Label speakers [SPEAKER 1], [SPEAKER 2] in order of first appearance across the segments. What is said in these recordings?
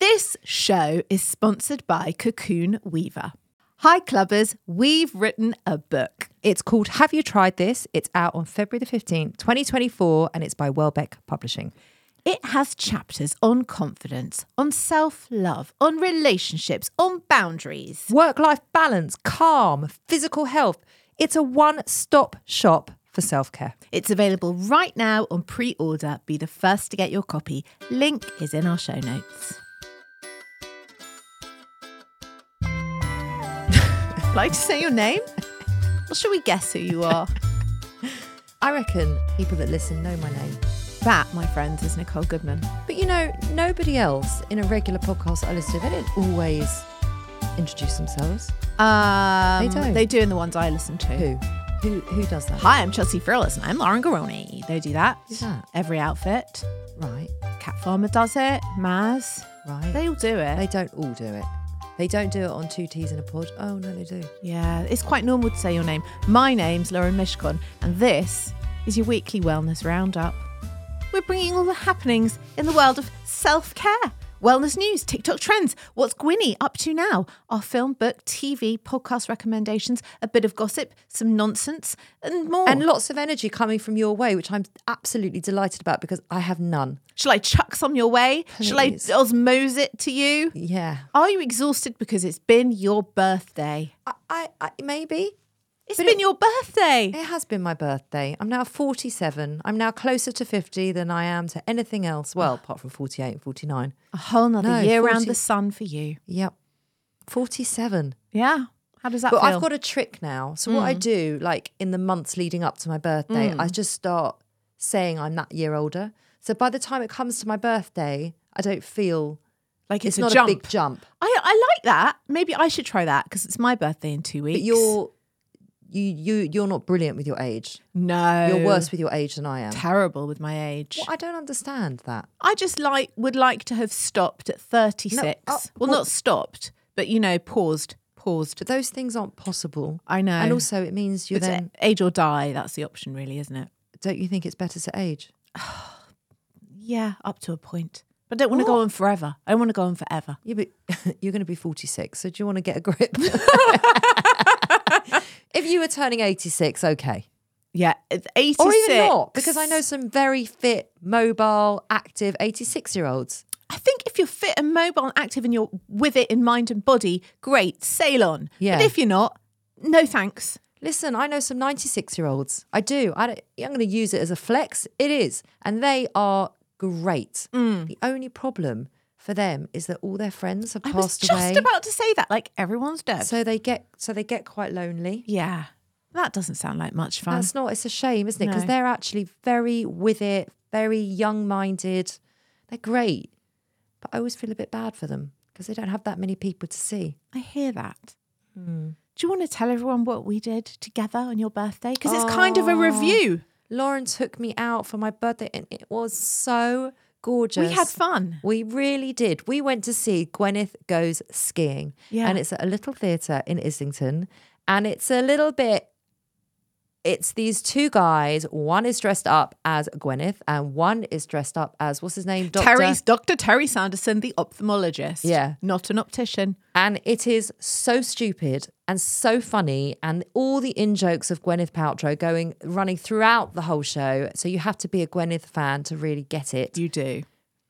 [SPEAKER 1] This show is sponsored by Cocoon Weaver. Hi, clubbers. We've written a book.
[SPEAKER 2] It's called Have You Tried This? It's out on February the 15th, 2024, and it's by Welbeck Publishing.
[SPEAKER 1] It has chapters on confidence, on self love, on relationships, on boundaries.
[SPEAKER 2] Work life balance, calm, physical health. It's a one stop shop for self care.
[SPEAKER 1] It's available right now on pre order. Be the first to get your copy. Link is in our show notes. like to say your name? Or should we guess who you are?
[SPEAKER 2] I reckon people that listen know my name.
[SPEAKER 1] that, my friends, is Nicole Goodman.
[SPEAKER 2] But you know, nobody else in a regular podcast I listen to, they don't always introduce themselves.
[SPEAKER 1] Um,
[SPEAKER 2] don't.
[SPEAKER 1] They do in the ones I listen to.
[SPEAKER 2] Who? Who who does that?
[SPEAKER 1] Hi, I'm Chelsea Frillis and I'm Lauren Garoni. They do that.
[SPEAKER 2] Who's that?
[SPEAKER 1] Every outfit.
[SPEAKER 2] Right,
[SPEAKER 1] Cat Farmer does it. Maz.
[SPEAKER 2] right.
[SPEAKER 1] They all do it.
[SPEAKER 2] They don't all do it. They don't do it on two teas and a pod. Oh no, they do.
[SPEAKER 1] yeah, it's quite normal to say your name. My name's Lauren Mishkon and this is your weekly wellness roundup. We're bringing all the happenings in the world of self care. Wellness news, TikTok trends, what's Gwynny up to now? Our film, book, TV, podcast recommendations, a bit of gossip, some nonsense, and more.
[SPEAKER 2] And lots of energy coming from your way, which I'm absolutely delighted about because I have none.
[SPEAKER 1] Shall I chuck some your way? Shall I
[SPEAKER 2] Please.
[SPEAKER 1] osmose it to you?
[SPEAKER 2] Yeah.
[SPEAKER 1] Are you exhausted because it's been your birthday?
[SPEAKER 2] I, I, I maybe.
[SPEAKER 1] It's
[SPEAKER 2] But
[SPEAKER 1] been
[SPEAKER 2] it-
[SPEAKER 1] your birthday.
[SPEAKER 2] It has been my birthday. I'm now 47. I'm now closer to 50 than I am to anything else. Well, apart from 48 and 49.
[SPEAKER 1] A whole nother
[SPEAKER 2] No,
[SPEAKER 1] year around
[SPEAKER 2] 40
[SPEAKER 1] the sun for you.
[SPEAKER 2] Yep. 47.
[SPEAKER 1] Yeah. How does that
[SPEAKER 2] But
[SPEAKER 1] feel? Mm.
[SPEAKER 2] I've got a trick now. So what I do, like in the months leading up to my birthday, I just start saying I'm that year older. So by the time it comes to my birthday, I don't feel
[SPEAKER 1] like
[SPEAKER 2] it's,
[SPEAKER 1] it's,
[SPEAKER 2] not
[SPEAKER 1] a jump.
[SPEAKER 2] a big jump.
[SPEAKER 1] I, I like that. Maybe I should try that because it's my birthday in two weeks.
[SPEAKER 2] But you're you you you're not brilliant with your age.
[SPEAKER 1] no.
[SPEAKER 2] You're worse with your age than I am.
[SPEAKER 1] Terrible with my age.
[SPEAKER 2] Well, I don't understand that.
[SPEAKER 1] I just like would like to have stopped at thirty six.
[SPEAKER 2] No, oh,
[SPEAKER 1] well,
[SPEAKER 2] well-
[SPEAKER 1] not stopped, but you know, paused, paused.
[SPEAKER 2] But those things aren't possible.
[SPEAKER 1] I know.
[SPEAKER 2] And also it means you
[SPEAKER 1] It's
[SPEAKER 2] then
[SPEAKER 1] age or die. That's the option, really, isn't it?
[SPEAKER 2] don't you think it's better to age?
[SPEAKER 1] Yeah, up to a point. But I don't want to go on forever. I don't want to go on forever.
[SPEAKER 2] Yeah, but you're going to be 46, so do you want to get a grip? if you were turning 86, okay.
[SPEAKER 1] Yeah,
[SPEAKER 2] uh,
[SPEAKER 1] it's 86.
[SPEAKER 2] Or even not, because I know some very fit, mobile, active 86 year olds.
[SPEAKER 1] I think if you're fit and mobile and active and you're with it in mind and body, great, sail on.
[SPEAKER 2] Yeah.
[SPEAKER 1] But if you're not, no thanks.
[SPEAKER 2] Listen, I know some 96 year olds. I do. I don't, I'm going to use it as a flex. It is. And they are great.
[SPEAKER 1] Mm.
[SPEAKER 2] The only problem for them is that all their friends have
[SPEAKER 1] I was
[SPEAKER 2] passed
[SPEAKER 1] just
[SPEAKER 2] away.
[SPEAKER 1] about to say that. Like everyone's dead.
[SPEAKER 2] so they get so they get quite lonely.
[SPEAKER 1] yeah, that doesn't sound like much fun.
[SPEAKER 2] That's not. It's a shame, isn't it? Because
[SPEAKER 1] No.
[SPEAKER 2] they're actually very with it, very young-minded. They're great, but I always feel a bit bad for them because they don't have that many people to see.
[SPEAKER 1] I hear that.
[SPEAKER 2] Hmm.
[SPEAKER 1] Do you want to tell everyone what we did together on your birthday? Because it's kind
[SPEAKER 2] Ah,
[SPEAKER 1] of a review.
[SPEAKER 2] Lauren took me out for my birthday, and it was so gorgeous.
[SPEAKER 1] We had fun.
[SPEAKER 2] We really did. We went to see Gwyneth Goes Skiing.
[SPEAKER 1] Yeah.
[SPEAKER 2] And it's at a little theatre in Islington. And it's a little bit, it's these two guys. One is dressed up as Gwyneth and one is dressed up as, what's his name?
[SPEAKER 1] Terry, Dr. Terry Sanderson, the ophthalmologist.
[SPEAKER 2] Yeah.
[SPEAKER 1] Not an optician.
[SPEAKER 2] And it is so stupid and so funny, and all the in jokes of Gwyneth Paltrow going running throughout the whole show. So you have to be a Gwyneth fan to really get it.
[SPEAKER 1] You do.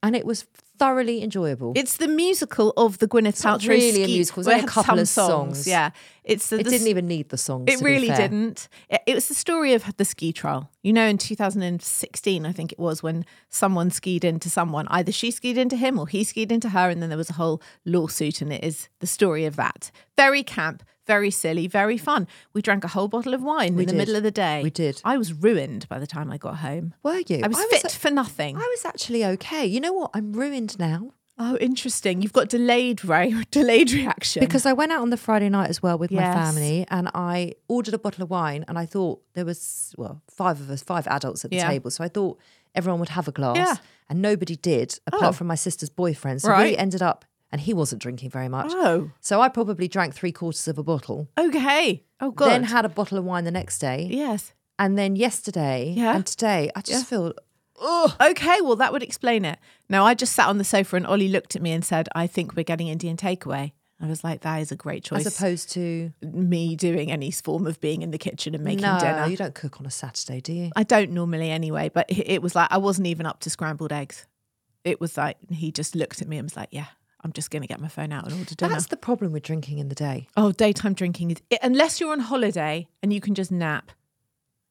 [SPEAKER 2] And it was thoroughly enjoyable.
[SPEAKER 1] It's the musical of the Gwyneth Paltrow.
[SPEAKER 2] not really a
[SPEAKER 1] ski-
[SPEAKER 2] musical, it's
[SPEAKER 1] where
[SPEAKER 2] only a
[SPEAKER 1] some
[SPEAKER 2] couple of
[SPEAKER 1] songs.
[SPEAKER 2] songs.
[SPEAKER 1] Yeah, it's the,
[SPEAKER 2] it
[SPEAKER 1] the
[SPEAKER 2] didn't even need the songs.
[SPEAKER 1] It
[SPEAKER 2] to be
[SPEAKER 1] really
[SPEAKER 2] fair.
[SPEAKER 1] didn't. It, it was the story of the ski trial. You know, in 2016, I think it was when someone skied into someone. Either she skied into him or he skied into her, and then there was a whole lawsuit. And it is the story of that. Very camp, very silly, very fun. We drank a whole bottle of wine
[SPEAKER 2] We
[SPEAKER 1] in the
[SPEAKER 2] did.
[SPEAKER 1] middle of the day.
[SPEAKER 2] We did.
[SPEAKER 1] I was ruined by the time I got home.
[SPEAKER 2] Were you?
[SPEAKER 1] I was fit for nothing.
[SPEAKER 2] I was actually okay. You know what? I'm ruined now
[SPEAKER 1] oh, interesting. You've got delayed, right? delayed reaction.
[SPEAKER 2] because I went out on the Friday night as well with
[SPEAKER 1] Yes.
[SPEAKER 2] my family, and I ordered a bottle of wine, and I thought there was well five of us, five adults at the
[SPEAKER 1] Yeah.
[SPEAKER 2] table, so I thought everyone would have a glass,
[SPEAKER 1] Yeah. Oh.
[SPEAKER 2] and nobody did apart from my sister's boyfriend. So
[SPEAKER 1] Right.
[SPEAKER 2] we ended up, and he wasn't drinking very much.
[SPEAKER 1] oh,
[SPEAKER 2] So I probably drank three quarters of a bottle,
[SPEAKER 1] okay. Oh, God.
[SPEAKER 2] then had a bottle of wine the next day,
[SPEAKER 1] yes.
[SPEAKER 2] and then yesterday
[SPEAKER 1] Yeah.
[SPEAKER 2] and today. I
[SPEAKER 1] Yeah.
[SPEAKER 2] just feel
[SPEAKER 1] Okay, well, that would explain it. Now, I just sat on the sofa and Ollie looked at me and said, I think we're getting Indian takeaway. I was like, that is a great choice.
[SPEAKER 2] as opposed to
[SPEAKER 1] me doing any form of being in the kitchen and making
[SPEAKER 2] no,
[SPEAKER 1] dinner.
[SPEAKER 2] you don't cook on a Saturday, do you?
[SPEAKER 1] I don't normally anyway, but it it was like, I wasn't even up to scrambled eggs. It was like, he just looked at me and was like, yeah, I'm just going to get my phone out and order dinner.
[SPEAKER 2] That's the problem with drinking in the day.
[SPEAKER 1] oh, daytime drinking is, it, unless you're on holiday and you can just nap,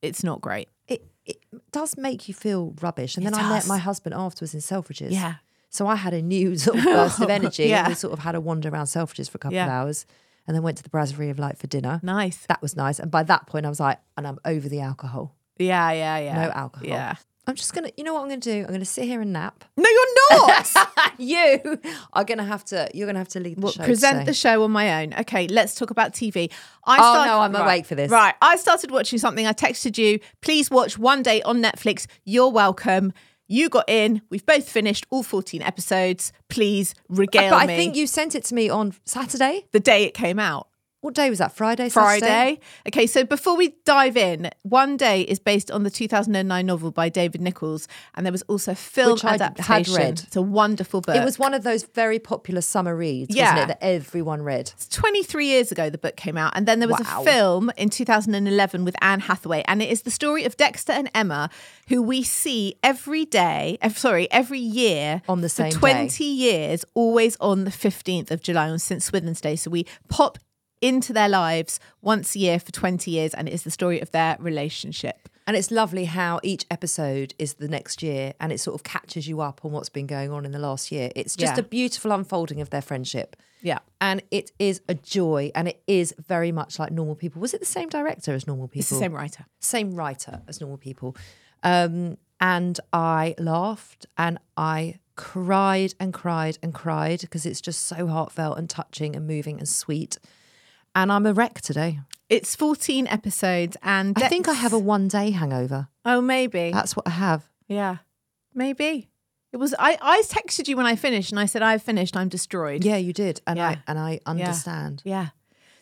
[SPEAKER 1] it's not great.
[SPEAKER 2] It, it does make you feel rubbish. And
[SPEAKER 1] It
[SPEAKER 2] then I met
[SPEAKER 1] does.
[SPEAKER 2] my husband afterwards in Selfridges.
[SPEAKER 1] Yeah.
[SPEAKER 2] So I had a new sort of burst of energy.
[SPEAKER 1] Yeah.
[SPEAKER 2] We sort of had a wander around Selfridges for a couple
[SPEAKER 1] Yeah.
[SPEAKER 2] of hours and then went to the Brasserie of Light for dinner.
[SPEAKER 1] Nice.
[SPEAKER 2] That was nice. And by that point, I was like, and I'm over the alcohol.
[SPEAKER 1] Yeah, yeah, yeah.
[SPEAKER 2] No alcohol.
[SPEAKER 1] Yeah.
[SPEAKER 2] I'm just going to, you know what I'm going to do? I'm going to sit here and nap.
[SPEAKER 1] No, you're not.
[SPEAKER 2] you are going to have to, you're going to have to lead the
[SPEAKER 1] Well,
[SPEAKER 2] show.
[SPEAKER 1] present
[SPEAKER 2] today.
[SPEAKER 1] the show on my own. Okay, let's talk about TV. I
[SPEAKER 2] Oh, no, I'm
[SPEAKER 1] right,
[SPEAKER 2] awake for this.
[SPEAKER 1] Right, I started watching something. I texted you. Please watch one day on Netflix. You're welcome. You got in. We've both finished all 14 episodes. Please regale
[SPEAKER 2] Uh, But I
[SPEAKER 1] me
[SPEAKER 2] think you sent it to me on Saturday.
[SPEAKER 1] the day it came out.
[SPEAKER 2] What day was that? Friday?
[SPEAKER 1] Friday.
[SPEAKER 2] Saturday?
[SPEAKER 1] Okay, so before we dive in, One Day is based on the 2009 novel by David Nichols, and there was also a film
[SPEAKER 2] Which I had
[SPEAKER 1] adaptation.
[SPEAKER 2] read.
[SPEAKER 1] It's a wonderful book.
[SPEAKER 2] It was one of those very popular summer reads,
[SPEAKER 1] Yeah.
[SPEAKER 2] wasn't it, that everyone read?
[SPEAKER 1] It's 23 years ago the book came out and then there was
[SPEAKER 2] Wow.
[SPEAKER 1] a film in 2011 with Anne Hathaway and it is the story of Dexter and Emma who we see every day eh, sorry every year
[SPEAKER 2] On the same
[SPEAKER 1] for
[SPEAKER 2] day.
[SPEAKER 1] 20 years always on the 15th of July on St Swithin's Day so we pop into their lives once a year for 20 years and it is the story of their relationship
[SPEAKER 2] And it's lovely how each episode is the next year and it sort of catches you up on what's been going on in the last year. It's just
[SPEAKER 1] Yeah.
[SPEAKER 2] a beautiful unfolding of their friendship.
[SPEAKER 1] yeah
[SPEAKER 2] And it is a joy and it is very much like normal people. Was it the same director as normal people?
[SPEAKER 1] it's the same writer
[SPEAKER 2] same writer as normal people. Um, and I laughed and I cried and cried and cried because it's just so heartfelt and touching and moving and sweet. And I'm a wreck today.
[SPEAKER 1] it's 14 episodes and
[SPEAKER 2] I think I
[SPEAKER 1] Dex-
[SPEAKER 2] have a one day hangover.
[SPEAKER 1] oh maybe
[SPEAKER 2] That's what I have.
[SPEAKER 1] Yeah, maybe it was. I I texted you when I finished, and I said I've finished. I'm destroyed.
[SPEAKER 2] Yeah, you did. And
[SPEAKER 1] Yeah.
[SPEAKER 2] I and I
[SPEAKER 1] Yeah.
[SPEAKER 2] understand.
[SPEAKER 1] Yeah.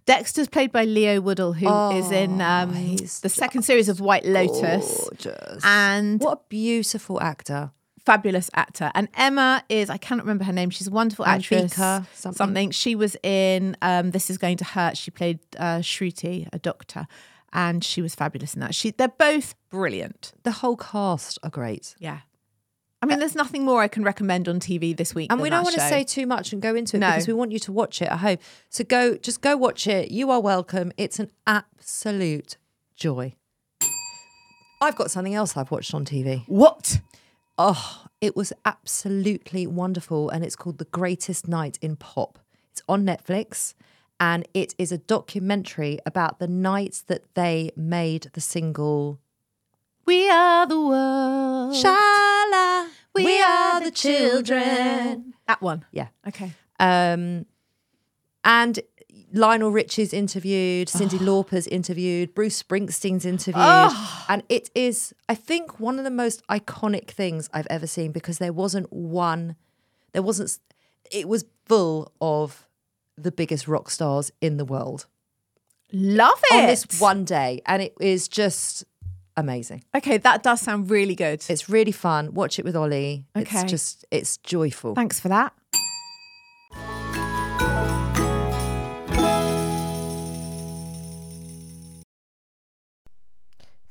[SPEAKER 1] Dexter's played by Leo Woodall, who is in
[SPEAKER 2] Oh,
[SPEAKER 1] um,
[SPEAKER 2] he's
[SPEAKER 1] the second series of White Lotus.
[SPEAKER 2] Gorgeous.
[SPEAKER 1] And
[SPEAKER 2] what a beautiful actor.
[SPEAKER 1] fabulous actor. And Emma is, I cannot remember her name. She's a wonderful actress.
[SPEAKER 2] Anvika something.
[SPEAKER 1] She was in um, This Is Going to Hurt. She played uh, Shruti, a doctor. And she was fabulous in that. She, they're both brilliant.
[SPEAKER 2] The whole cast are great.
[SPEAKER 1] Yeah. I mean, there's nothing more I can recommend on TV this week.
[SPEAKER 2] Uh, And
[SPEAKER 1] than
[SPEAKER 2] we don't
[SPEAKER 1] that
[SPEAKER 2] want to
[SPEAKER 1] show.
[SPEAKER 2] say too much and go into it
[SPEAKER 1] No.
[SPEAKER 2] because we want you to watch it at home. So go, just go watch it. You are welcome. It's an absolute joy. I've got something else I've watched on TV.
[SPEAKER 1] what?
[SPEAKER 2] Oh, it was absolutely wonderful. And it's called The Greatest Night in Pop. It's on Netflix and it is a documentary about the night that they made the single
[SPEAKER 1] We are the world.
[SPEAKER 2] Shala, Oh. We Are the Children.
[SPEAKER 1] That one.
[SPEAKER 2] Yeah.
[SPEAKER 1] Okay.
[SPEAKER 2] Um, and Lionel Richie's interviewed, Cindy Lauper's interviewed, Bruce Springsteen's interviewed. And it is, I think, one of the most iconic things I've ever seen because there wasn't one, there wasn't, s- it was full of the biggest rock stars in the world
[SPEAKER 1] Love it.
[SPEAKER 2] on this one day. And it is just amazing.
[SPEAKER 1] Okay, that does sound really good.
[SPEAKER 2] It's really fun. Watch it with Ollie.
[SPEAKER 1] Okay.
[SPEAKER 2] It's just, it's joyful.
[SPEAKER 1] Thanks for that.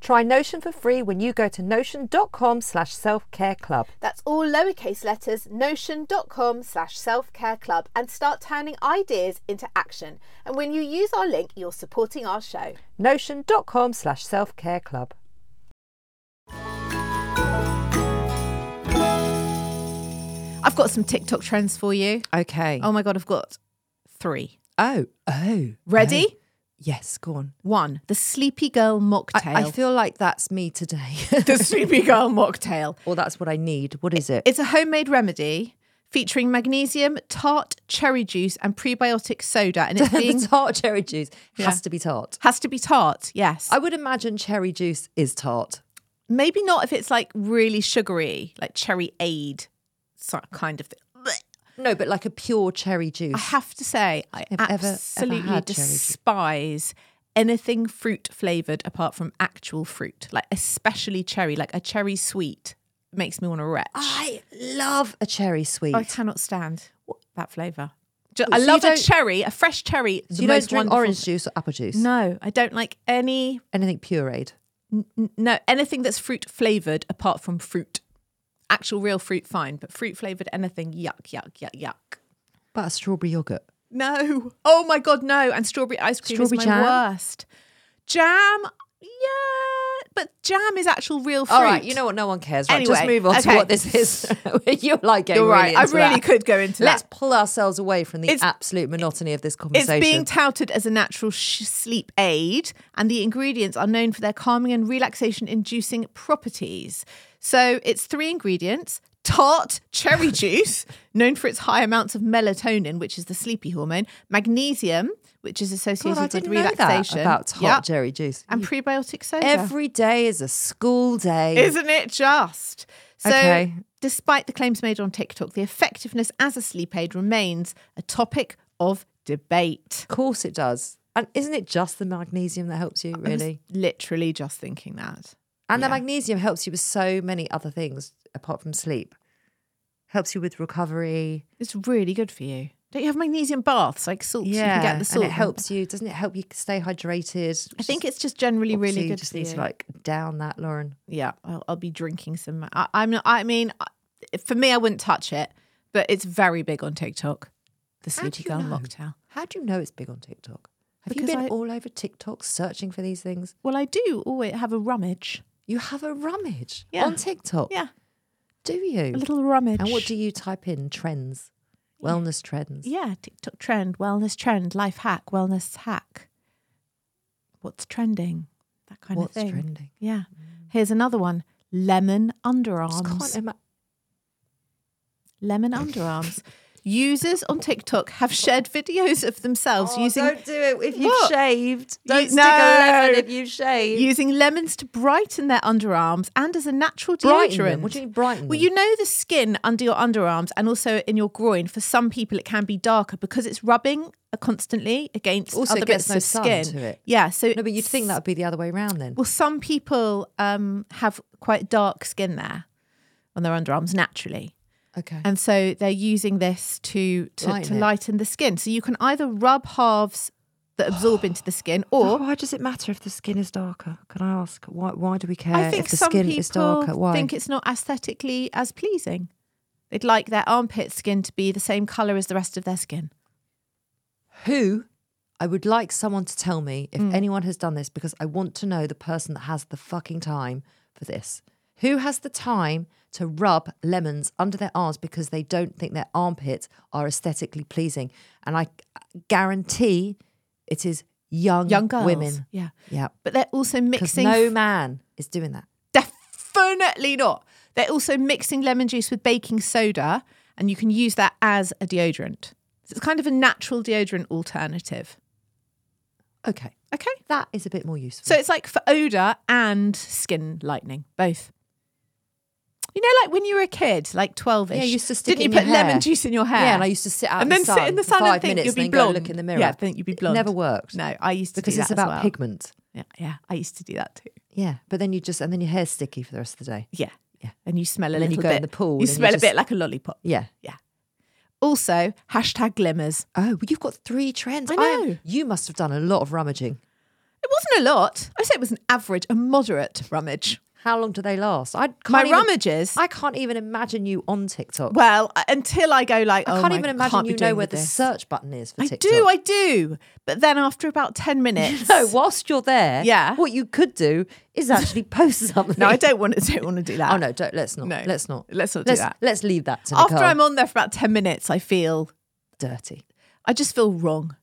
[SPEAKER 2] Try Notion for free when you go to notion.com slash self care club.
[SPEAKER 1] That's all lowercase letters, notion.com slash self care club, and start turning ideas into action. And when you use our link, you're supporting our show.
[SPEAKER 2] Notion.com slash self care club.
[SPEAKER 3] I've got some TikTok trends for you.
[SPEAKER 2] Okay.
[SPEAKER 3] Oh my God, I've got three.
[SPEAKER 2] Um, oh, oh.
[SPEAKER 3] Ready?
[SPEAKER 2] oh. Yes, go on.
[SPEAKER 3] One, the Sleepy Girl mocktail.
[SPEAKER 2] I, I feel like that's me today.
[SPEAKER 3] the Sleepy Girl mocktail.
[SPEAKER 2] or that's what I need. What is it?
[SPEAKER 3] It's a homemade remedy featuring magnesium, tart, cherry juice, and prebiotic soda. And it's being.
[SPEAKER 2] the tart cherry juice
[SPEAKER 3] Yeah.
[SPEAKER 2] has to be tart.
[SPEAKER 3] Has to be tart, yes.
[SPEAKER 2] I would imagine cherry juice is tart.
[SPEAKER 3] Maybe not if it's like really sugary, like cherry aid sort kind of thing. Blech.
[SPEAKER 2] No, but like a pure cherry juice.
[SPEAKER 3] I have to say, I
[SPEAKER 2] Have ever- ever
[SPEAKER 3] absolutely
[SPEAKER 2] had cherry juice?
[SPEAKER 3] despise anything fruit flavored apart from actual fruit, like especially cherry, like a cherry sweet makes me want to retch.
[SPEAKER 2] I love a cherry sweet.
[SPEAKER 3] I cannot stand that flavour. Ju-
[SPEAKER 2] Wait,
[SPEAKER 3] I
[SPEAKER 2] so you
[SPEAKER 3] love a
[SPEAKER 2] don't-
[SPEAKER 3] cherry, a fresh cherry.
[SPEAKER 2] So
[SPEAKER 3] the
[SPEAKER 2] you don't
[SPEAKER 3] most
[SPEAKER 2] drink
[SPEAKER 3] wonderful-
[SPEAKER 2] orange juice or apple juice?
[SPEAKER 3] No, I don't like any
[SPEAKER 2] Anything pureed?
[SPEAKER 3] n- no anything that's fruit flavoured apart from fruit. Actual real fruit, fine, but fruit flavoured anything, yuck, yuck, yuck, yuck.
[SPEAKER 2] But a strawberry yogurt.
[SPEAKER 3] No. Oh my god, no. And strawberry ice cream
[SPEAKER 2] Strawberry
[SPEAKER 3] is my
[SPEAKER 2] jam?
[SPEAKER 3] worst. Jam, yeah. But jam is actual real Oh, fruit.
[SPEAKER 2] All right, you know what? No one cares. Right, just
[SPEAKER 3] Anyway,
[SPEAKER 2] move on
[SPEAKER 3] okay.
[SPEAKER 2] to what this is. You're like getting
[SPEAKER 3] You're
[SPEAKER 2] really
[SPEAKER 3] right. I
[SPEAKER 2] into
[SPEAKER 3] really
[SPEAKER 2] that.
[SPEAKER 3] could go into
[SPEAKER 2] Let's
[SPEAKER 3] that.
[SPEAKER 2] pull ourselves away from the
[SPEAKER 3] It's-
[SPEAKER 2] absolute monotony of this
[SPEAKER 3] It's
[SPEAKER 2] conversation.
[SPEAKER 3] being touted as a natural sh- sleep aid, and the ingredients are known for their calming and relaxation inducing properties. So it's three ingredients tart cherry juice, known for its high amounts of melatonin, which is the sleepy hormone, magnesium, which is associated
[SPEAKER 2] God, I
[SPEAKER 3] with
[SPEAKER 2] didn't know that
[SPEAKER 3] relaxation.
[SPEAKER 2] about tart
[SPEAKER 3] Yeah.
[SPEAKER 2] cherry juice.
[SPEAKER 3] And prebiotic soda.
[SPEAKER 2] Every day is a school day.
[SPEAKER 3] Isn't it just? So,
[SPEAKER 2] Okay.
[SPEAKER 3] despite the claims made on TikTok, the effectiveness as a sleep aid remains a topic of debate.
[SPEAKER 2] Of course it does. And isn't it just the magnesium that helps you, really?
[SPEAKER 3] Literally just thinking that.
[SPEAKER 2] And the magnesium helps you with so many other things apart from sleep. Helps you with recovery.
[SPEAKER 3] It's really good for you. Don't you have magnesium baths like salts? you can get the salt.
[SPEAKER 2] and it helps you. Doesn't it help you stay hydrated?
[SPEAKER 3] I think it's just generally really
[SPEAKER 2] you
[SPEAKER 3] good.
[SPEAKER 2] just
[SPEAKER 3] for
[SPEAKER 2] need
[SPEAKER 3] you.
[SPEAKER 2] to like down that, Lauren.
[SPEAKER 3] yeah, I'll, I'll be drinking some. I, I'm. not- I mean, I- for me, I wouldn't touch it, but it's very big on TikTok. The
[SPEAKER 2] How do
[SPEAKER 3] Sleepy
[SPEAKER 2] you
[SPEAKER 3] Girl
[SPEAKER 2] know?
[SPEAKER 3] mocktail.
[SPEAKER 2] How do you know it's big on TikTok? Have
[SPEAKER 3] Because
[SPEAKER 2] you been
[SPEAKER 3] I-
[SPEAKER 2] all over TikTok searching for these things?
[SPEAKER 3] Well, I do always have a rummage.
[SPEAKER 2] You have a rummage
[SPEAKER 3] Yeah.
[SPEAKER 2] on TikTok.
[SPEAKER 3] Yeah,
[SPEAKER 2] Do you?
[SPEAKER 3] a little rummage.
[SPEAKER 2] Oh, And what do you type in? Trends, wellness trends.
[SPEAKER 3] Yeah, TikTok trend, wellness trend, life hack, wellness hack. What's trending? That kind
[SPEAKER 2] What's
[SPEAKER 3] of thing.
[SPEAKER 2] trending? Mm.
[SPEAKER 3] Yeah. Here's another one. Lemon
[SPEAKER 2] Just can't
[SPEAKER 3] underarms.
[SPEAKER 2] ima-
[SPEAKER 3] Lemon underarms. Users on TikTok have shared videos of themselves using
[SPEAKER 2] Oh, do it if
[SPEAKER 3] you've What?
[SPEAKER 2] shaved.
[SPEAKER 3] Don't You- stick a lemon no. if
[SPEAKER 2] you've shaved.
[SPEAKER 3] using lemons to brighten their underarms and as a natural
[SPEAKER 2] Brighten
[SPEAKER 3] deodorant.
[SPEAKER 2] them? What do you mean brighten
[SPEAKER 3] Well,
[SPEAKER 2] them?
[SPEAKER 3] you know the skin under your underarms and also in your groin. For some people, it can be darker because it's rubbing constantly against
[SPEAKER 2] Also, it
[SPEAKER 3] other
[SPEAKER 2] gets
[SPEAKER 3] bits
[SPEAKER 2] no
[SPEAKER 3] of
[SPEAKER 2] sun
[SPEAKER 3] skin.
[SPEAKER 2] to it.
[SPEAKER 3] Yeah, so
[SPEAKER 2] no, but you'd think that would be the other way around then.
[SPEAKER 3] Well, some people um, have quite dark skin there on their underarms naturally.
[SPEAKER 2] okay.
[SPEAKER 3] And so they're using this to to lighten,
[SPEAKER 2] Lighten
[SPEAKER 3] to
[SPEAKER 2] it.
[SPEAKER 3] lighten the skin. So you can either rub halves that absorb into the skin
[SPEAKER 2] Oh,
[SPEAKER 3] or
[SPEAKER 4] why does it matter if the skin is darker? Can I ask? Why, why do we care
[SPEAKER 3] I think
[SPEAKER 4] if the
[SPEAKER 3] some
[SPEAKER 4] skin
[SPEAKER 3] people
[SPEAKER 4] is darker? Why?
[SPEAKER 3] think it's not aesthetically as pleasing. They'd like their armpit skin to be the same color as the rest of their skin.
[SPEAKER 2] Who? I would like someone to tell me if
[SPEAKER 3] Hmm.
[SPEAKER 2] anyone has done this because I want to know the person that has the fucking time for this. Who has the time to rub lemons under their arms because they don't think their armpits are aesthetically pleasing? And I guarantee it is young,
[SPEAKER 3] Young girls,
[SPEAKER 2] Mm, women.
[SPEAKER 3] yeah,
[SPEAKER 2] Yeah.
[SPEAKER 3] but they're also
[SPEAKER 2] Because
[SPEAKER 3] mixing
[SPEAKER 2] no man is doing that.
[SPEAKER 3] Definitely not. They're also mixing lemon juice with baking soda, and you can use that as a deodorant. So it's kind of a natural deodorant alternative.
[SPEAKER 2] Okay.
[SPEAKER 3] Okay.
[SPEAKER 2] That is a bit more useful.
[SPEAKER 3] So it's like for odor and skin lightening, both. You know, like when you were a kid, like 12 ish.
[SPEAKER 2] Yeah, you used to stick
[SPEAKER 3] Didn't
[SPEAKER 2] in
[SPEAKER 3] you
[SPEAKER 2] your
[SPEAKER 3] put lemon
[SPEAKER 2] hair.
[SPEAKER 3] juice in your hair?
[SPEAKER 2] Yeah, and I used to sit out
[SPEAKER 3] and
[SPEAKER 2] in the
[SPEAKER 3] then
[SPEAKER 2] sun
[SPEAKER 3] sit in the
[SPEAKER 2] for
[SPEAKER 3] sun
[SPEAKER 2] five
[SPEAKER 3] and think
[SPEAKER 2] minutes
[SPEAKER 3] you'll be
[SPEAKER 2] and then go
[SPEAKER 3] blonde.
[SPEAKER 2] look in the mirror.
[SPEAKER 3] Yeah, I think you'd be
[SPEAKER 2] It
[SPEAKER 3] blonde.
[SPEAKER 2] never worked.
[SPEAKER 3] No, I used to
[SPEAKER 2] because
[SPEAKER 3] do that
[SPEAKER 2] it's
[SPEAKER 3] as
[SPEAKER 2] about
[SPEAKER 3] well.
[SPEAKER 2] pigment.
[SPEAKER 3] Yeah, yeah, I used to do that too.
[SPEAKER 2] Yeah. But then you just, and then your hair's sticky for the rest of the day.
[SPEAKER 3] Yeah, yeah. And you smell a
[SPEAKER 2] And then you
[SPEAKER 3] little
[SPEAKER 2] go
[SPEAKER 3] bit.
[SPEAKER 2] in the pool
[SPEAKER 3] You
[SPEAKER 2] and you
[SPEAKER 3] smell a bit
[SPEAKER 2] just-
[SPEAKER 3] like a lollipop.
[SPEAKER 2] Yeah.
[SPEAKER 3] Also, hashtag glimmers.
[SPEAKER 2] Oh, well, you've got three trends.
[SPEAKER 3] I
[SPEAKER 2] am-
[SPEAKER 3] know.
[SPEAKER 2] you must have done a lot of rummaging.
[SPEAKER 3] It wasn't a lot. I say it was an average, a moderate rummage.
[SPEAKER 2] How long do they last? I can't
[SPEAKER 3] My
[SPEAKER 2] even-
[SPEAKER 3] rummages.
[SPEAKER 2] I can't even imagine you on TikTok.
[SPEAKER 3] Well, uh, until I go like,
[SPEAKER 2] I
[SPEAKER 3] oh
[SPEAKER 2] can't
[SPEAKER 3] my-
[SPEAKER 2] even imagine
[SPEAKER 3] can't be
[SPEAKER 2] you know
[SPEAKER 3] doing
[SPEAKER 2] where
[SPEAKER 3] with
[SPEAKER 2] the
[SPEAKER 3] this.
[SPEAKER 2] search button is for
[SPEAKER 3] I
[SPEAKER 2] TikTok.
[SPEAKER 3] do, I do. But then after about ten minutes,
[SPEAKER 2] So whilst you're there,
[SPEAKER 3] Yeah.
[SPEAKER 2] what you could do is actually post something.
[SPEAKER 3] no, I don't want to. Don't want to do that.
[SPEAKER 2] Oh no, don't, let's not.
[SPEAKER 3] No.
[SPEAKER 2] let's not.
[SPEAKER 3] Let's not do
[SPEAKER 2] let's,
[SPEAKER 3] that.
[SPEAKER 2] Let's leave that to
[SPEAKER 3] After
[SPEAKER 2] Nicole.
[SPEAKER 3] I'm on there for about ten minutes, I feel,
[SPEAKER 2] dirty.
[SPEAKER 3] I just feel wrong.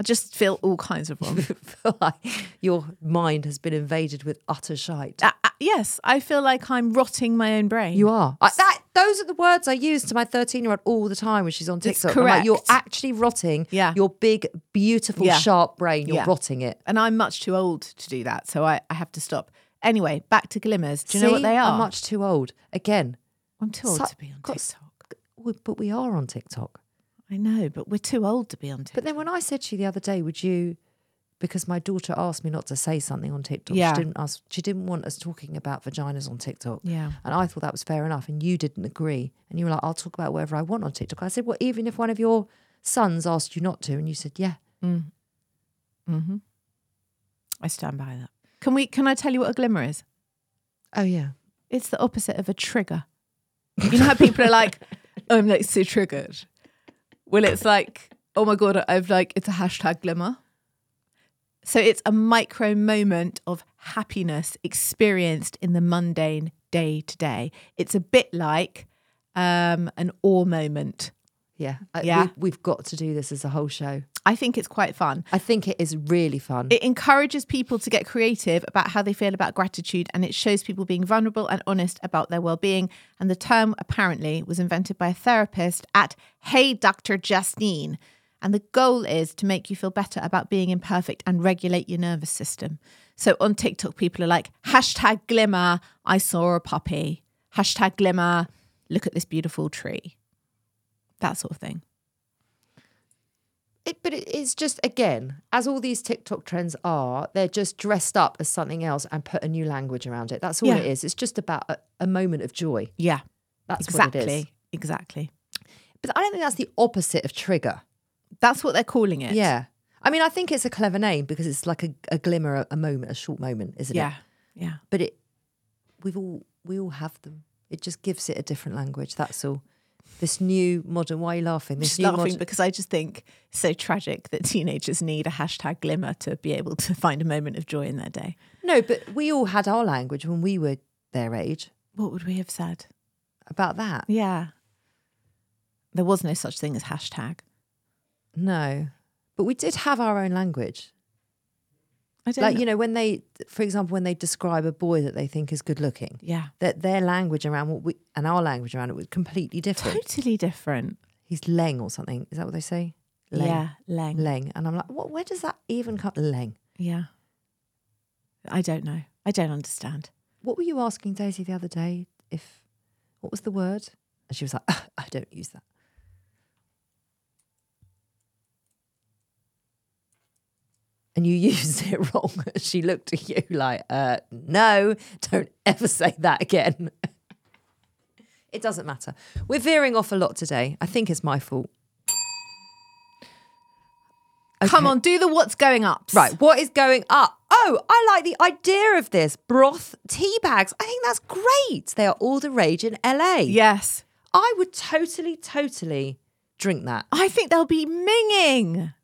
[SPEAKER 3] I just feel all kinds of wrong.
[SPEAKER 2] Feel like your mind has been invaded with utter shite.
[SPEAKER 3] Uh, uh, yes, I feel like I'm rotting my own brain.
[SPEAKER 2] You are. I, that, those are the words I use to my 13 year old all the time when she's on
[SPEAKER 3] That's
[SPEAKER 2] TikTok. I'm like, you're
[SPEAKER 3] correct.
[SPEAKER 2] actually rotting
[SPEAKER 3] Yeah.
[SPEAKER 2] your big, beautiful,
[SPEAKER 3] Yeah.
[SPEAKER 2] sharp brain. You're
[SPEAKER 3] Yeah.
[SPEAKER 2] rotting it.
[SPEAKER 3] and I'm much too old to do that, so I, I have to stop. Anyway, back to glimmers. Do you know what
[SPEAKER 2] See?
[SPEAKER 3] they are?
[SPEAKER 2] I'm much too old. Again,
[SPEAKER 3] I'm too old
[SPEAKER 2] so-
[SPEAKER 3] to be on
[SPEAKER 2] got
[SPEAKER 3] TikTok.
[SPEAKER 2] s- we- but we are on TikTok.
[SPEAKER 3] I know, but we're too old to be on TikTok.
[SPEAKER 2] But then when I said to you the other day, would you, because my daughter asked me not to say something on TikTok.
[SPEAKER 3] Yeah.
[SPEAKER 2] She didn't ask, she didn't want us talking about vaginas on TikTok.
[SPEAKER 3] Yeah.
[SPEAKER 2] And I thought that was fair enough. And you didn't agree. And you were like, I'll talk about whatever I want on TikTok. I said, well, even if one of your sons asked you not to, and you said, yeah.
[SPEAKER 3] Mm-hmm. I stand by that. Can we? Can I tell you what a glimmer is?
[SPEAKER 2] Oh, yeah.
[SPEAKER 3] It's the opposite of a trigger. You know how people are like, "I'm like so triggered." Well, it's like, "Oh my god, I've like it's a hashtag glimmer." So it's a micro moment of happiness experienced in the mundane day to day. It's a bit like um, an awe moment.
[SPEAKER 2] Yeah. I-
[SPEAKER 3] Yeah.
[SPEAKER 2] We, we've got to do this as a whole show.
[SPEAKER 3] I think it's quite fun.
[SPEAKER 2] I think it is really fun.
[SPEAKER 3] It encourages people to get creative about how they feel about gratitude and it shows people being vulnerable and honest about their well being. And the term apparently was invented by a therapist at Hey Dr. Justine. And the goal is to make you feel better about being imperfect and regulate your nervous system. So on TikTok, people are like, hashtag glimmer, I saw a puppy. Hashtag glimmer, look at this beautiful tree. That sort of thing.
[SPEAKER 2] It- but it is just, again, as all these TikTok trends are, they're just dressed up as something else and put a new language around it. That's all
[SPEAKER 3] Yeah.
[SPEAKER 2] it is. It's just about a, a moment of joy.
[SPEAKER 3] Yeah,
[SPEAKER 2] That's what it
[SPEAKER 3] exactly.
[SPEAKER 2] is.
[SPEAKER 3] Exactly.
[SPEAKER 2] But I don't think that's the opposite of trigger.
[SPEAKER 3] That's what they're calling it.
[SPEAKER 2] Yeah. I mean, I think it's a clever name because it's like a, a glimmer, a, a moment, a short moment, isn't it?
[SPEAKER 3] Yeah. Yeah.
[SPEAKER 2] But it, we've all we all have them. It just gives it a different language. That's all. This new modern. Why are you laughing? This
[SPEAKER 3] just
[SPEAKER 2] new
[SPEAKER 3] laughing
[SPEAKER 2] modern.
[SPEAKER 3] because I just think it's so tragic that teenagers need a hashtag glimmer to be able to find a moment of joy in their day.
[SPEAKER 2] No, but we all had our language when we were their age
[SPEAKER 3] What would we have said?
[SPEAKER 2] about that.
[SPEAKER 3] Yeah. There was no such thing as hashtag.
[SPEAKER 2] No, but we did have our own language.
[SPEAKER 3] I don't
[SPEAKER 2] Like you know, when they, for example, when they describe a boy that they think is good looking,
[SPEAKER 3] Yeah.
[SPEAKER 2] that their language around what we and our language around it was completely different.
[SPEAKER 3] Totally different.
[SPEAKER 2] He's leng or something. Is that what they say? Leng.
[SPEAKER 3] Yeah. Lang.
[SPEAKER 2] Leng. And I'm like, what? Where does that even come? Leng.
[SPEAKER 3] Yeah. I don't know. I don't understand.
[SPEAKER 2] What were you asking Daisy the other day? If what was the word? And she was like, I don't use that. And you used it wrong. she looked at you like, uh, no, don't ever say that again. it doesn't matter. We're veering off a lot today. I think it's my fault.
[SPEAKER 3] Come
[SPEAKER 2] Okay.
[SPEAKER 3] on, do the what's going up.
[SPEAKER 2] Right, what is going up? Oh, I like the idea of this broth tea bags. I think that's great. They are all the rage in LA.
[SPEAKER 3] Yes.
[SPEAKER 2] I would totally, totally drink that.
[SPEAKER 3] I think they'll be minging.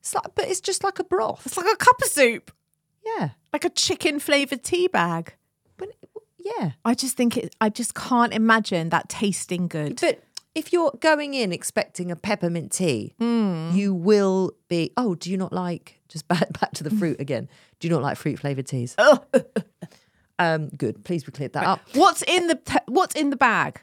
[SPEAKER 2] It's like, but it's just like a broth.
[SPEAKER 3] It's like a cup of soup,
[SPEAKER 2] Yeah,
[SPEAKER 3] like a chicken flavored tea bag.
[SPEAKER 2] but yeah.
[SPEAKER 3] I just think it, I just can't imagine that tasting good.
[SPEAKER 2] But if you're going in expecting a peppermint tea,
[SPEAKER 3] Hmm.
[SPEAKER 2] you will be. Oh, do you not like? Just back back to the fruit again. Do you not like fruit flavored teas?
[SPEAKER 3] Oh.
[SPEAKER 2] um, good. Please, we cleared that up.
[SPEAKER 3] What's in the pe- what's in the bag?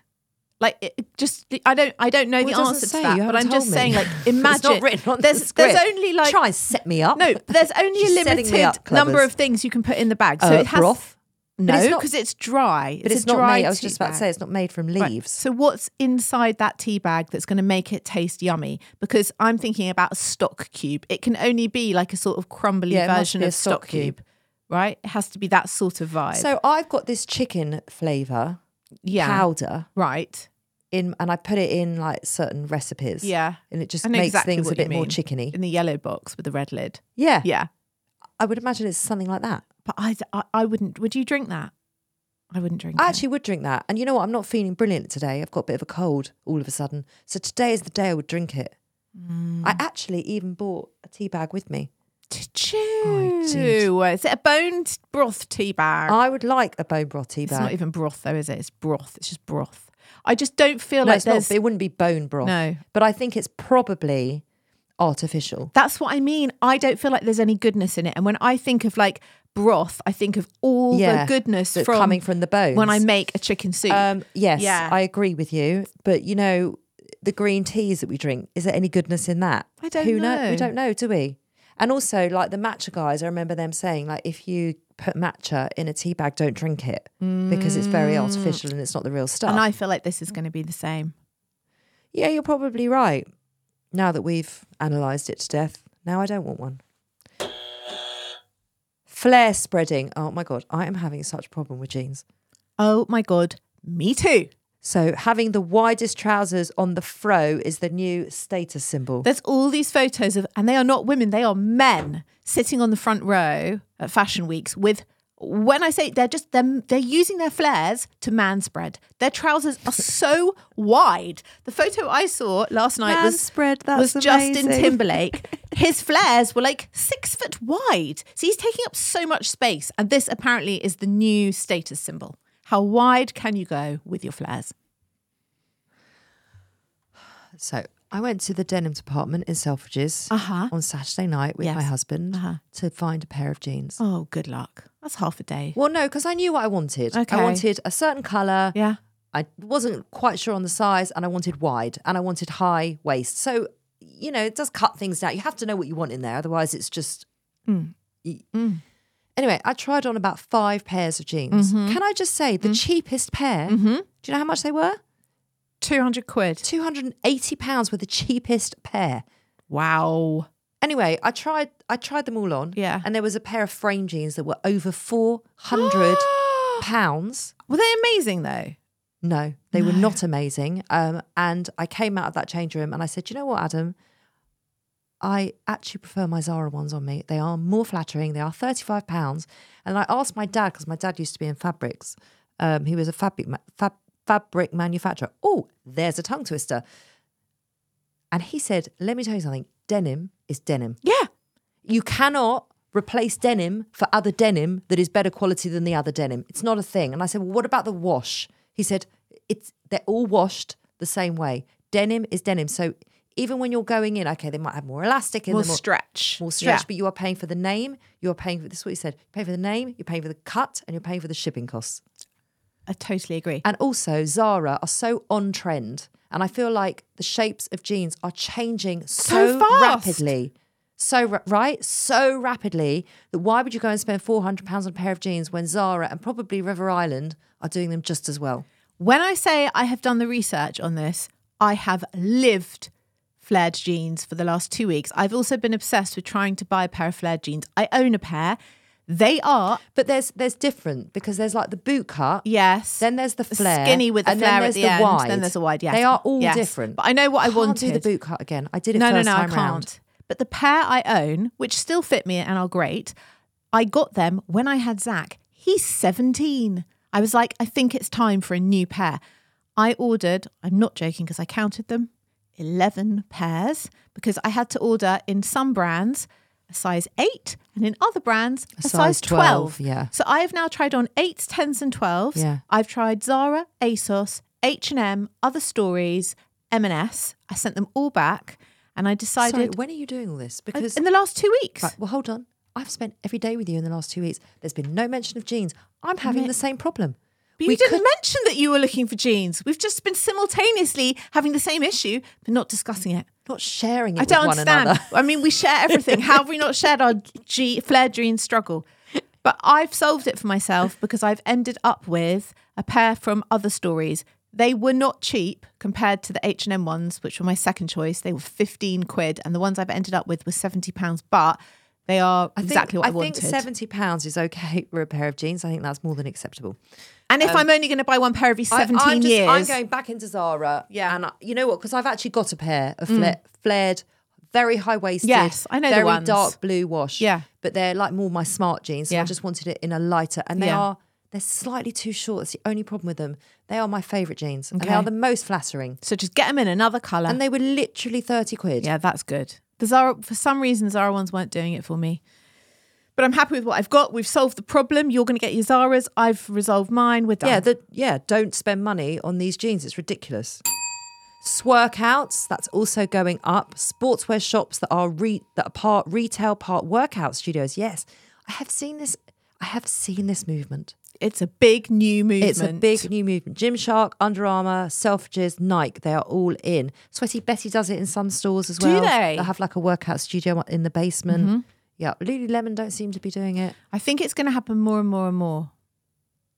[SPEAKER 3] Like it, it just I don't I don't know
[SPEAKER 2] Well, it
[SPEAKER 3] the
[SPEAKER 2] doesn't
[SPEAKER 3] answer
[SPEAKER 2] say,
[SPEAKER 3] to that,
[SPEAKER 2] you
[SPEAKER 3] but
[SPEAKER 2] haven't
[SPEAKER 3] I'm
[SPEAKER 2] told
[SPEAKER 3] just
[SPEAKER 2] me.
[SPEAKER 3] saying like imagine
[SPEAKER 2] it's not written on the
[SPEAKER 3] there's there's
[SPEAKER 2] script.
[SPEAKER 3] only like
[SPEAKER 2] try and set me up.
[SPEAKER 3] no but there's only
[SPEAKER 2] She's
[SPEAKER 3] a
[SPEAKER 2] setting me
[SPEAKER 3] limited
[SPEAKER 2] up,
[SPEAKER 3] number
[SPEAKER 2] Clubbers.
[SPEAKER 3] of things you can put in the bag, so
[SPEAKER 2] Uh,
[SPEAKER 3] it has
[SPEAKER 2] broth?
[SPEAKER 3] No,
[SPEAKER 2] it's not-
[SPEAKER 3] because it's, dry.
[SPEAKER 2] But
[SPEAKER 3] a
[SPEAKER 2] it's, not
[SPEAKER 3] dry
[SPEAKER 2] made. I was
[SPEAKER 3] tea
[SPEAKER 2] just about to
[SPEAKER 3] bag.
[SPEAKER 2] say it's not made from
[SPEAKER 3] Right,
[SPEAKER 2] leaves.
[SPEAKER 3] So what's inside that tea bag that's going to make it taste yummy? Because I'm thinking about a stock cube. It can only be like a sort of crumbly
[SPEAKER 2] Yeah, it must
[SPEAKER 3] version
[SPEAKER 2] be a
[SPEAKER 3] of stock,
[SPEAKER 2] stock
[SPEAKER 3] cube.
[SPEAKER 2] cube.
[SPEAKER 3] right? It has to be that sort of vibe.
[SPEAKER 2] So I've got this chicken flavour
[SPEAKER 3] yeah,
[SPEAKER 2] powder
[SPEAKER 3] right?
[SPEAKER 2] in and I put it in like certain recipes.
[SPEAKER 3] Yeah,
[SPEAKER 2] And it just
[SPEAKER 3] I know
[SPEAKER 2] makes
[SPEAKER 3] exactly
[SPEAKER 2] things a
[SPEAKER 3] what you
[SPEAKER 2] bit more
[SPEAKER 3] mean.
[SPEAKER 2] chickeny.
[SPEAKER 3] in the yellow box with the red lid.
[SPEAKER 2] Yeah.
[SPEAKER 3] Yeah,
[SPEAKER 2] I would imagine it's something like that.
[SPEAKER 3] but I, I, I wouldn't. Would you drink that? I wouldn't drink.
[SPEAKER 2] I
[SPEAKER 3] it.
[SPEAKER 2] actually would drink that. And you know what? I'm not feeling brilliant today. I've got a bit of a cold all of a sudden. So today is the day I would drink it.
[SPEAKER 3] Mm.
[SPEAKER 2] I actually even bought a tea bag with me.
[SPEAKER 3] Did
[SPEAKER 2] I did.
[SPEAKER 3] you? Is it a boned broth tea bag?
[SPEAKER 2] I would like a bone broth tea
[SPEAKER 3] it's
[SPEAKER 2] bag.
[SPEAKER 3] not even broth though, is it? It's broth. It's just broth. I just don't feel
[SPEAKER 2] no,
[SPEAKER 3] like
[SPEAKER 2] it's not,
[SPEAKER 3] there's.
[SPEAKER 2] it wouldn't be bone broth.
[SPEAKER 3] No.
[SPEAKER 2] But I think it's probably artificial.
[SPEAKER 3] That's what I mean. I don't feel like there's any goodness in it. And when I think of like broth, I think of all
[SPEAKER 2] Yeah,
[SPEAKER 3] the goodness
[SPEAKER 2] that's
[SPEAKER 3] from
[SPEAKER 2] coming from the bones.
[SPEAKER 3] when I make a chicken soup.
[SPEAKER 2] Um, yes,
[SPEAKER 3] Yeah.
[SPEAKER 2] I agree with you. But you know, the green teas that we drink, is there any goodness in that?
[SPEAKER 3] I don't
[SPEAKER 2] Who
[SPEAKER 3] know.
[SPEAKER 2] We don't know, do we? And also, like the matcha guys, I remember them saying, like, if you put matcha in a tea bag, don't drink it because it's very artificial and it's not the real stuff.
[SPEAKER 3] Mm. and I feel like this is going to be the same.
[SPEAKER 2] yeah, you're probably right. Now that we've analysed it to death, now I don't want one. Flare spreading. Oh my god, I am having such a problem with jeans.
[SPEAKER 3] Oh my God. Me too.
[SPEAKER 2] So having the widest trousers on the fro is the new status symbol.
[SPEAKER 3] There's all these photos of, and they are not women, they are men sitting on the front row at fashion weeks with. When I say they're just them, they're using their flares to manspread. Their trousers are so wide. The photo I saw last night was
[SPEAKER 4] Manspread,
[SPEAKER 3] was
[SPEAKER 4] that's
[SPEAKER 3] Justin
[SPEAKER 4] amazing.
[SPEAKER 3] Timberlake. His flares were like six foot wide, so he's taking up so much space. And this apparently is the new status symbol. How wide can you go with your flares?
[SPEAKER 2] So I went to the denim department in Selfridges
[SPEAKER 3] Uh-huh.
[SPEAKER 2] on Saturday night with
[SPEAKER 3] Yes.
[SPEAKER 2] my husband
[SPEAKER 3] Uh-huh.
[SPEAKER 2] to find a pair of jeans.
[SPEAKER 3] Oh, good luck. That's half a day.
[SPEAKER 2] Well, no, because I knew what I wanted.
[SPEAKER 3] Okay.
[SPEAKER 2] I wanted a certain color.
[SPEAKER 3] Yeah.
[SPEAKER 2] I wasn't quite sure on the size, and I wanted wide, and I wanted high waist. So you know, it does cut things down. You have to know what you want in there, otherwise, it's just. Y- Anyway, I tried on about five pairs of jeans. Can I just say the cheapest pair? Do you know how much they were?
[SPEAKER 3] 200 quid.
[SPEAKER 2] Two hundred and eighty pounds were the cheapest pair.
[SPEAKER 3] Wow.
[SPEAKER 2] Anyway, I tried. I tried them all on.
[SPEAKER 3] Yeah.
[SPEAKER 2] and there was a pair of frame jeans that were over four hundred pounds.
[SPEAKER 3] Were they amazing though?
[SPEAKER 2] No, they were not amazing. Um, and I came out of that change room and I said, "Do you know what, Adam? I actually prefer my Zara ones on me. They are more flattering. They are thirty-five pounds." And I asked my dad because my dad used to be in fabrics. Um, he was a fabric ma- fab, fabric manufacturer. Oh, there's a tongue twister. And he said, "Let me tell you something. Denim is denim.
[SPEAKER 3] Yeah.
[SPEAKER 2] You cannot." Replace denim for other denim that is better quality than the other denim. It's not a thing. And I said, Well, what about the wash? He said, It's they're all washed the same way. Denim is denim. So even when you're going in, okay, they might have more elastic in
[SPEAKER 3] More
[SPEAKER 2] them. or-
[SPEAKER 3] stretch.
[SPEAKER 2] More stretch,
[SPEAKER 3] Yeah.
[SPEAKER 2] but you are paying for the name, you are paying for this is what he said. You pay for the name, you're paying for the cut, and you're paying for the shipping costs.
[SPEAKER 3] I totally agree.
[SPEAKER 2] And also, Zara are so on trend. And I feel like the shapes of jeans are changing so,
[SPEAKER 3] So fast.
[SPEAKER 2] rapidly. So, ra- right? So rapidly that why would you go and spend £400 on a pair of jeans when Zara and probably River Island are doing them just as well?
[SPEAKER 3] When I say I have done the research on this, I have lived flared jeans for the last two weeks. I've also been obsessed with trying to buy a pair of flared jeans. I own a pair. They are,
[SPEAKER 2] But there's there's different because there's like the boot cut.
[SPEAKER 3] yes.
[SPEAKER 2] Then there's the flare.
[SPEAKER 3] Skinny with the
[SPEAKER 2] and
[SPEAKER 3] flare
[SPEAKER 2] then
[SPEAKER 3] at
[SPEAKER 2] there's
[SPEAKER 3] the,
[SPEAKER 2] the
[SPEAKER 3] end.
[SPEAKER 2] Wide.
[SPEAKER 3] Then there's a wide, yes.
[SPEAKER 2] They are all
[SPEAKER 3] Yes.
[SPEAKER 2] different.
[SPEAKER 3] But I know what I
[SPEAKER 2] can't
[SPEAKER 3] wanted.
[SPEAKER 2] do the boot cut again. I did it
[SPEAKER 3] no,
[SPEAKER 2] first
[SPEAKER 3] no, no,
[SPEAKER 2] time
[SPEAKER 3] I can't.
[SPEAKER 2] round.
[SPEAKER 3] But the pair I own, which still fit me and are great, I got them when I had Zach. He's 17. I was like, I think it's time for a new pair. I ordered, I'm not joking because I counted them, 11 pairs because I had to order in some brands a size 8 and in other brands a,
[SPEAKER 2] size
[SPEAKER 3] size 12.
[SPEAKER 2] 12, yeah.
[SPEAKER 3] So I have now tried on 8s, 10s and 12s.
[SPEAKER 2] Yeah.
[SPEAKER 3] I've tried Zara, ASOS, H&M, Other Stories, M&S. I sent them all back and I
[SPEAKER 2] Sorry,
[SPEAKER 3] decided
[SPEAKER 2] when are you doing all this?
[SPEAKER 3] I-
[SPEAKER 2] Because
[SPEAKER 3] in the last two weeks.
[SPEAKER 2] Right, well, hold on. I've spent every day with you in the last two weeks. There's been no mention of jeans. I'm having the same problem.
[SPEAKER 3] But you
[SPEAKER 2] we
[SPEAKER 3] didn't
[SPEAKER 2] could-
[SPEAKER 3] mention that you were looking for jeans. We've just been simultaneously having the same issue, but not discussing it.
[SPEAKER 2] Not sharing it
[SPEAKER 3] I
[SPEAKER 2] with
[SPEAKER 3] don't
[SPEAKER 2] one
[SPEAKER 3] understand.
[SPEAKER 2] another.
[SPEAKER 3] I mean, we share everything. How have we not shared our G- flared jean struggle? But I've solved it for myself because I've ended up with a pair from other stories. They were not cheap compared to the H and M ones, which were my second choice. They were fifteen quid, and the ones I've ended up with were seventy pounds. But they are
[SPEAKER 2] I think,
[SPEAKER 3] exactly what I,
[SPEAKER 2] I think
[SPEAKER 3] wanted.
[SPEAKER 2] seventy pounds is okay for a pair of jeans. I think that's more than acceptable.
[SPEAKER 3] and if I'm only going to buy one pair every seventeen
[SPEAKER 2] um, I, am
[SPEAKER 3] years,
[SPEAKER 2] I'm going back into Zara.
[SPEAKER 3] Yeah. Mm.
[SPEAKER 2] and I, you know what? Because I've actually got a pair of fla- flared, very high waisted.
[SPEAKER 3] Yes, I know the
[SPEAKER 2] very
[SPEAKER 3] ones.
[SPEAKER 2] dark blue wash.
[SPEAKER 3] Yeah.
[SPEAKER 2] but they're like more my smart jeans. So I
[SPEAKER 3] Yeah.
[SPEAKER 2] just wanted it in a lighter, and they
[SPEAKER 3] Yeah.
[SPEAKER 2] are they're slightly too short. That's the only problem with them. They are my favorite jeans, and they
[SPEAKER 3] Okay.
[SPEAKER 2] are the most flattering.
[SPEAKER 3] So just get them in another colour.
[SPEAKER 2] And they were literally thirty quid.
[SPEAKER 3] yeah, that's good. The Zara, for some reason, Zara ones weren't doing it for me. But I'm happy with what I've got. We've solved the problem. You're going to get your Zara's. I've resolved mine. We're done.
[SPEAKER 2] Yeah, the, yeah. Don't spend money on these jeans. It's ridiculous. Sworkouts. That's also going up. Sportswear shops that are re, that are part retail, part workout studios. Yes, I have seen this. I have seen this movement.
[SPEAKER 3] it's a big new movement.
[SPEAKER 2] It's a big new movement. Gymshark, Under Armour, Selfridges, Nike. They are all in. Sweaty Betty does it in some stores as
[SPEAKER 3] Do
[SPEAKER 2] well.
[SPEAKER 3] they? Mm-hmm.
[SPEAKER 2] They have like a workout studio in the basement. Yeah, Lululemon don't seem to be doing it.
[SPEAKER 3] I think it's going to happen more and more and more.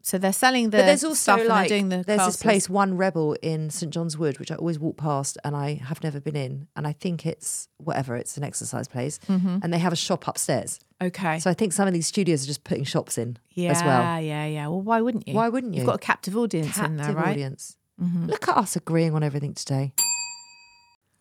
[SPEAKER 3] So they're selling the
[SPEAKER 2] but there's also
[SPEAKER 3] stuff and they're
[SPEAKER 2] like
[SPEAKER 3] doing the
[SPEAKER 2] there's
[SPEAKER 3] classes.
[SPEAKER 2] this place one rebel in st john's wood which i always walk past and i have never been in and i think it's whatever it's an exercise place
[SPEAKER 3] Mm-hmm.
[SPEAKER 2] and they have a shop upstairs
[SPEAKER 3] Okay.
[SPEAKER 2] so i think some of these studios are just putting shops in
[SPEAKER 3] yeah,
[SPEAKER 2] as well
[SPEAKER 3] yeah, yeah. Well, why wouldn't you?
[SPEAKER 2] Why wouldn't you?
[SPEAKER 3] You've got a captive audience in there,
[SPEAKER 2] Captive
[SPEAKER 3] right? Mm-hmm.
[SPEAKER 2] audience look at us agreeing on everything today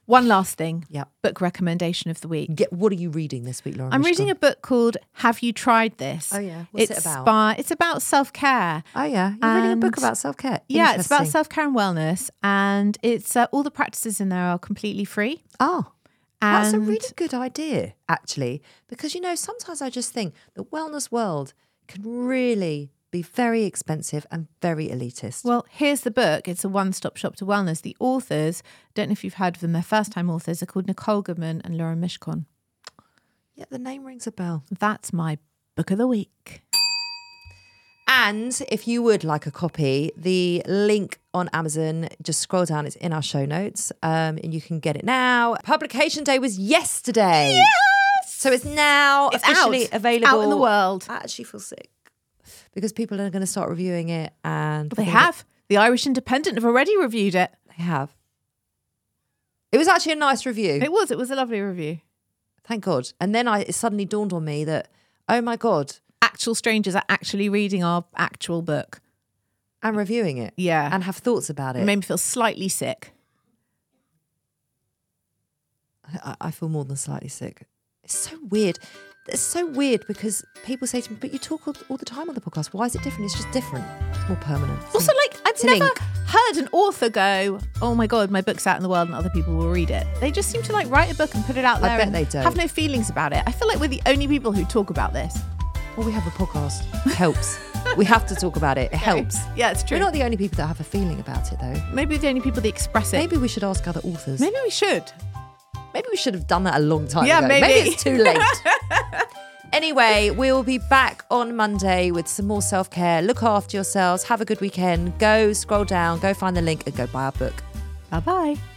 [SPEAKER 3] One last thing.
[SPEAKER 2] Yeah.
[SPEAKER 3] Book recommendation of the week.
[SPEAKER 2] Get, what are you reading this week lauren
[SPEAKER 3] I'm reading a book called Have You Tried This?
[SPEAKER 2] Oh, yeah. What's it
[SPEAKER 3] it's
[SPEAKER 2] about?
[SPEAKER 3] By, it's about self care.
[SPEAKER 2] oh yeah you're reading a book
[SPEAKER 3] and-
[SPEAKER 2] about self-care
[SPEAKER 3] Yeah, it's about
[SPEAKER 2] Interesting.
[SPEAKER 3] self care and wellness, and it's uh, all the practices in there are completely free.
[SPEAKER 2] oh
[SPEAKER 3] And
[SPEAKER 2] That's a really good idea, actually, because you know, sometimes I just think the wellness world can really be very expensive and very elitist.
[SPEAKER 3] well, here's the book. It's a one stop shop to wellness. The authors, don't know if you've heard of them. They're first time authors. Are called Nicole Goodman and Laura Mishkon.
[SPEAKER 2] yeah, the name rings a bell.
[SPEAKER 3] That's my book of the week.
[SPEAKER 2] And if you would like a copy, the link on Amazon, just scroll down, it's in our show notes, um, and you can get it now. Publication day was yesterday. Yes! So it's now
[SPEAKER 3] It's
[SPEAKER 2] officially
[SPEAKER 3] out.
[SPEAKER 2] available
[SPEAKER 3] Out in the world.
[SPEAKER 2] I actually feel sick because people are going to start reviewing it, and
[SPEAKER 3] Well, they
[SPEAKER 2] I think it-
[SPEAKER 3] have. The Irish Independent have already reviewed it.
[SPEAKER 2] They have. It was actually a nice review.
[SPEAKER 3] It was. It was a lovely review.
[SPEAKER 2] Thank God. And then I, it suddenly dawned on me that, oh my God,
[SPEAKER 3] Actual strangers are actually reading our actual book.
[SPEAKER 2] and reviewing it.
[SPEAKER 3] Yeah.
[SPEAKER 2] And have thoughts about
[SPEAKER 3] It
[SPEAKER 2] it.
[SPEAKER 3] made me feel slightly sick.
[SPEAKER 2] I, I feel more than slightly sick. It's so weird. It's so weird because people say to me, but you talk all, all the time on the podcast. Why is it different? It's just different. It's more permanent. It's
[SPEAKER 3] Also,
[SPEAKER 2] an-
[SPEAKER 3] like, I've
[SPEAKER 2] it's an
[SPEAKER 3] never
[SPEAKER 2] ink.
[SPEAKER 3] heard an author go, oh my God, my book's out in the world and other people will read it. They just seem to like write a book and put it out
[SPEAKER 2] I
[SPEAKER 3] there.
[SPEAKER 2] bet
[SPEAKER 3] and
[SPEAKER 2] they don't.
[SPEAKER 3] Have no feelings about it. I feel like we're the only people who talk about this.
[SPEAKER 2] Well, we have a podcast. It helps. we have to talk about it. It helps.
[SPEAKER 3] Yeah, it's true.
[SPEAKER 2] We're not the only people that have a feeling about it, though.
[SPEAKER 3] Maybe we're the only people that express it.
[SPEAKER 2] Maybe we should ask other authors.
[SPEAKER 3] Maybe we should.
[SPEAKER 2] Maybe we should have done that a long time
[SPEAKER 3] Yeah,
[SPEAKER 2] ago.
[SPEAKER 3] maybe.
[SPEAKER 2] it's too late. anyway, we will be back on Monday with some more self care. Look after yourselves. Have a good weekend. Go scroll down, go find the link, and go buy our book.
[SPEAKER 3] Bye bye.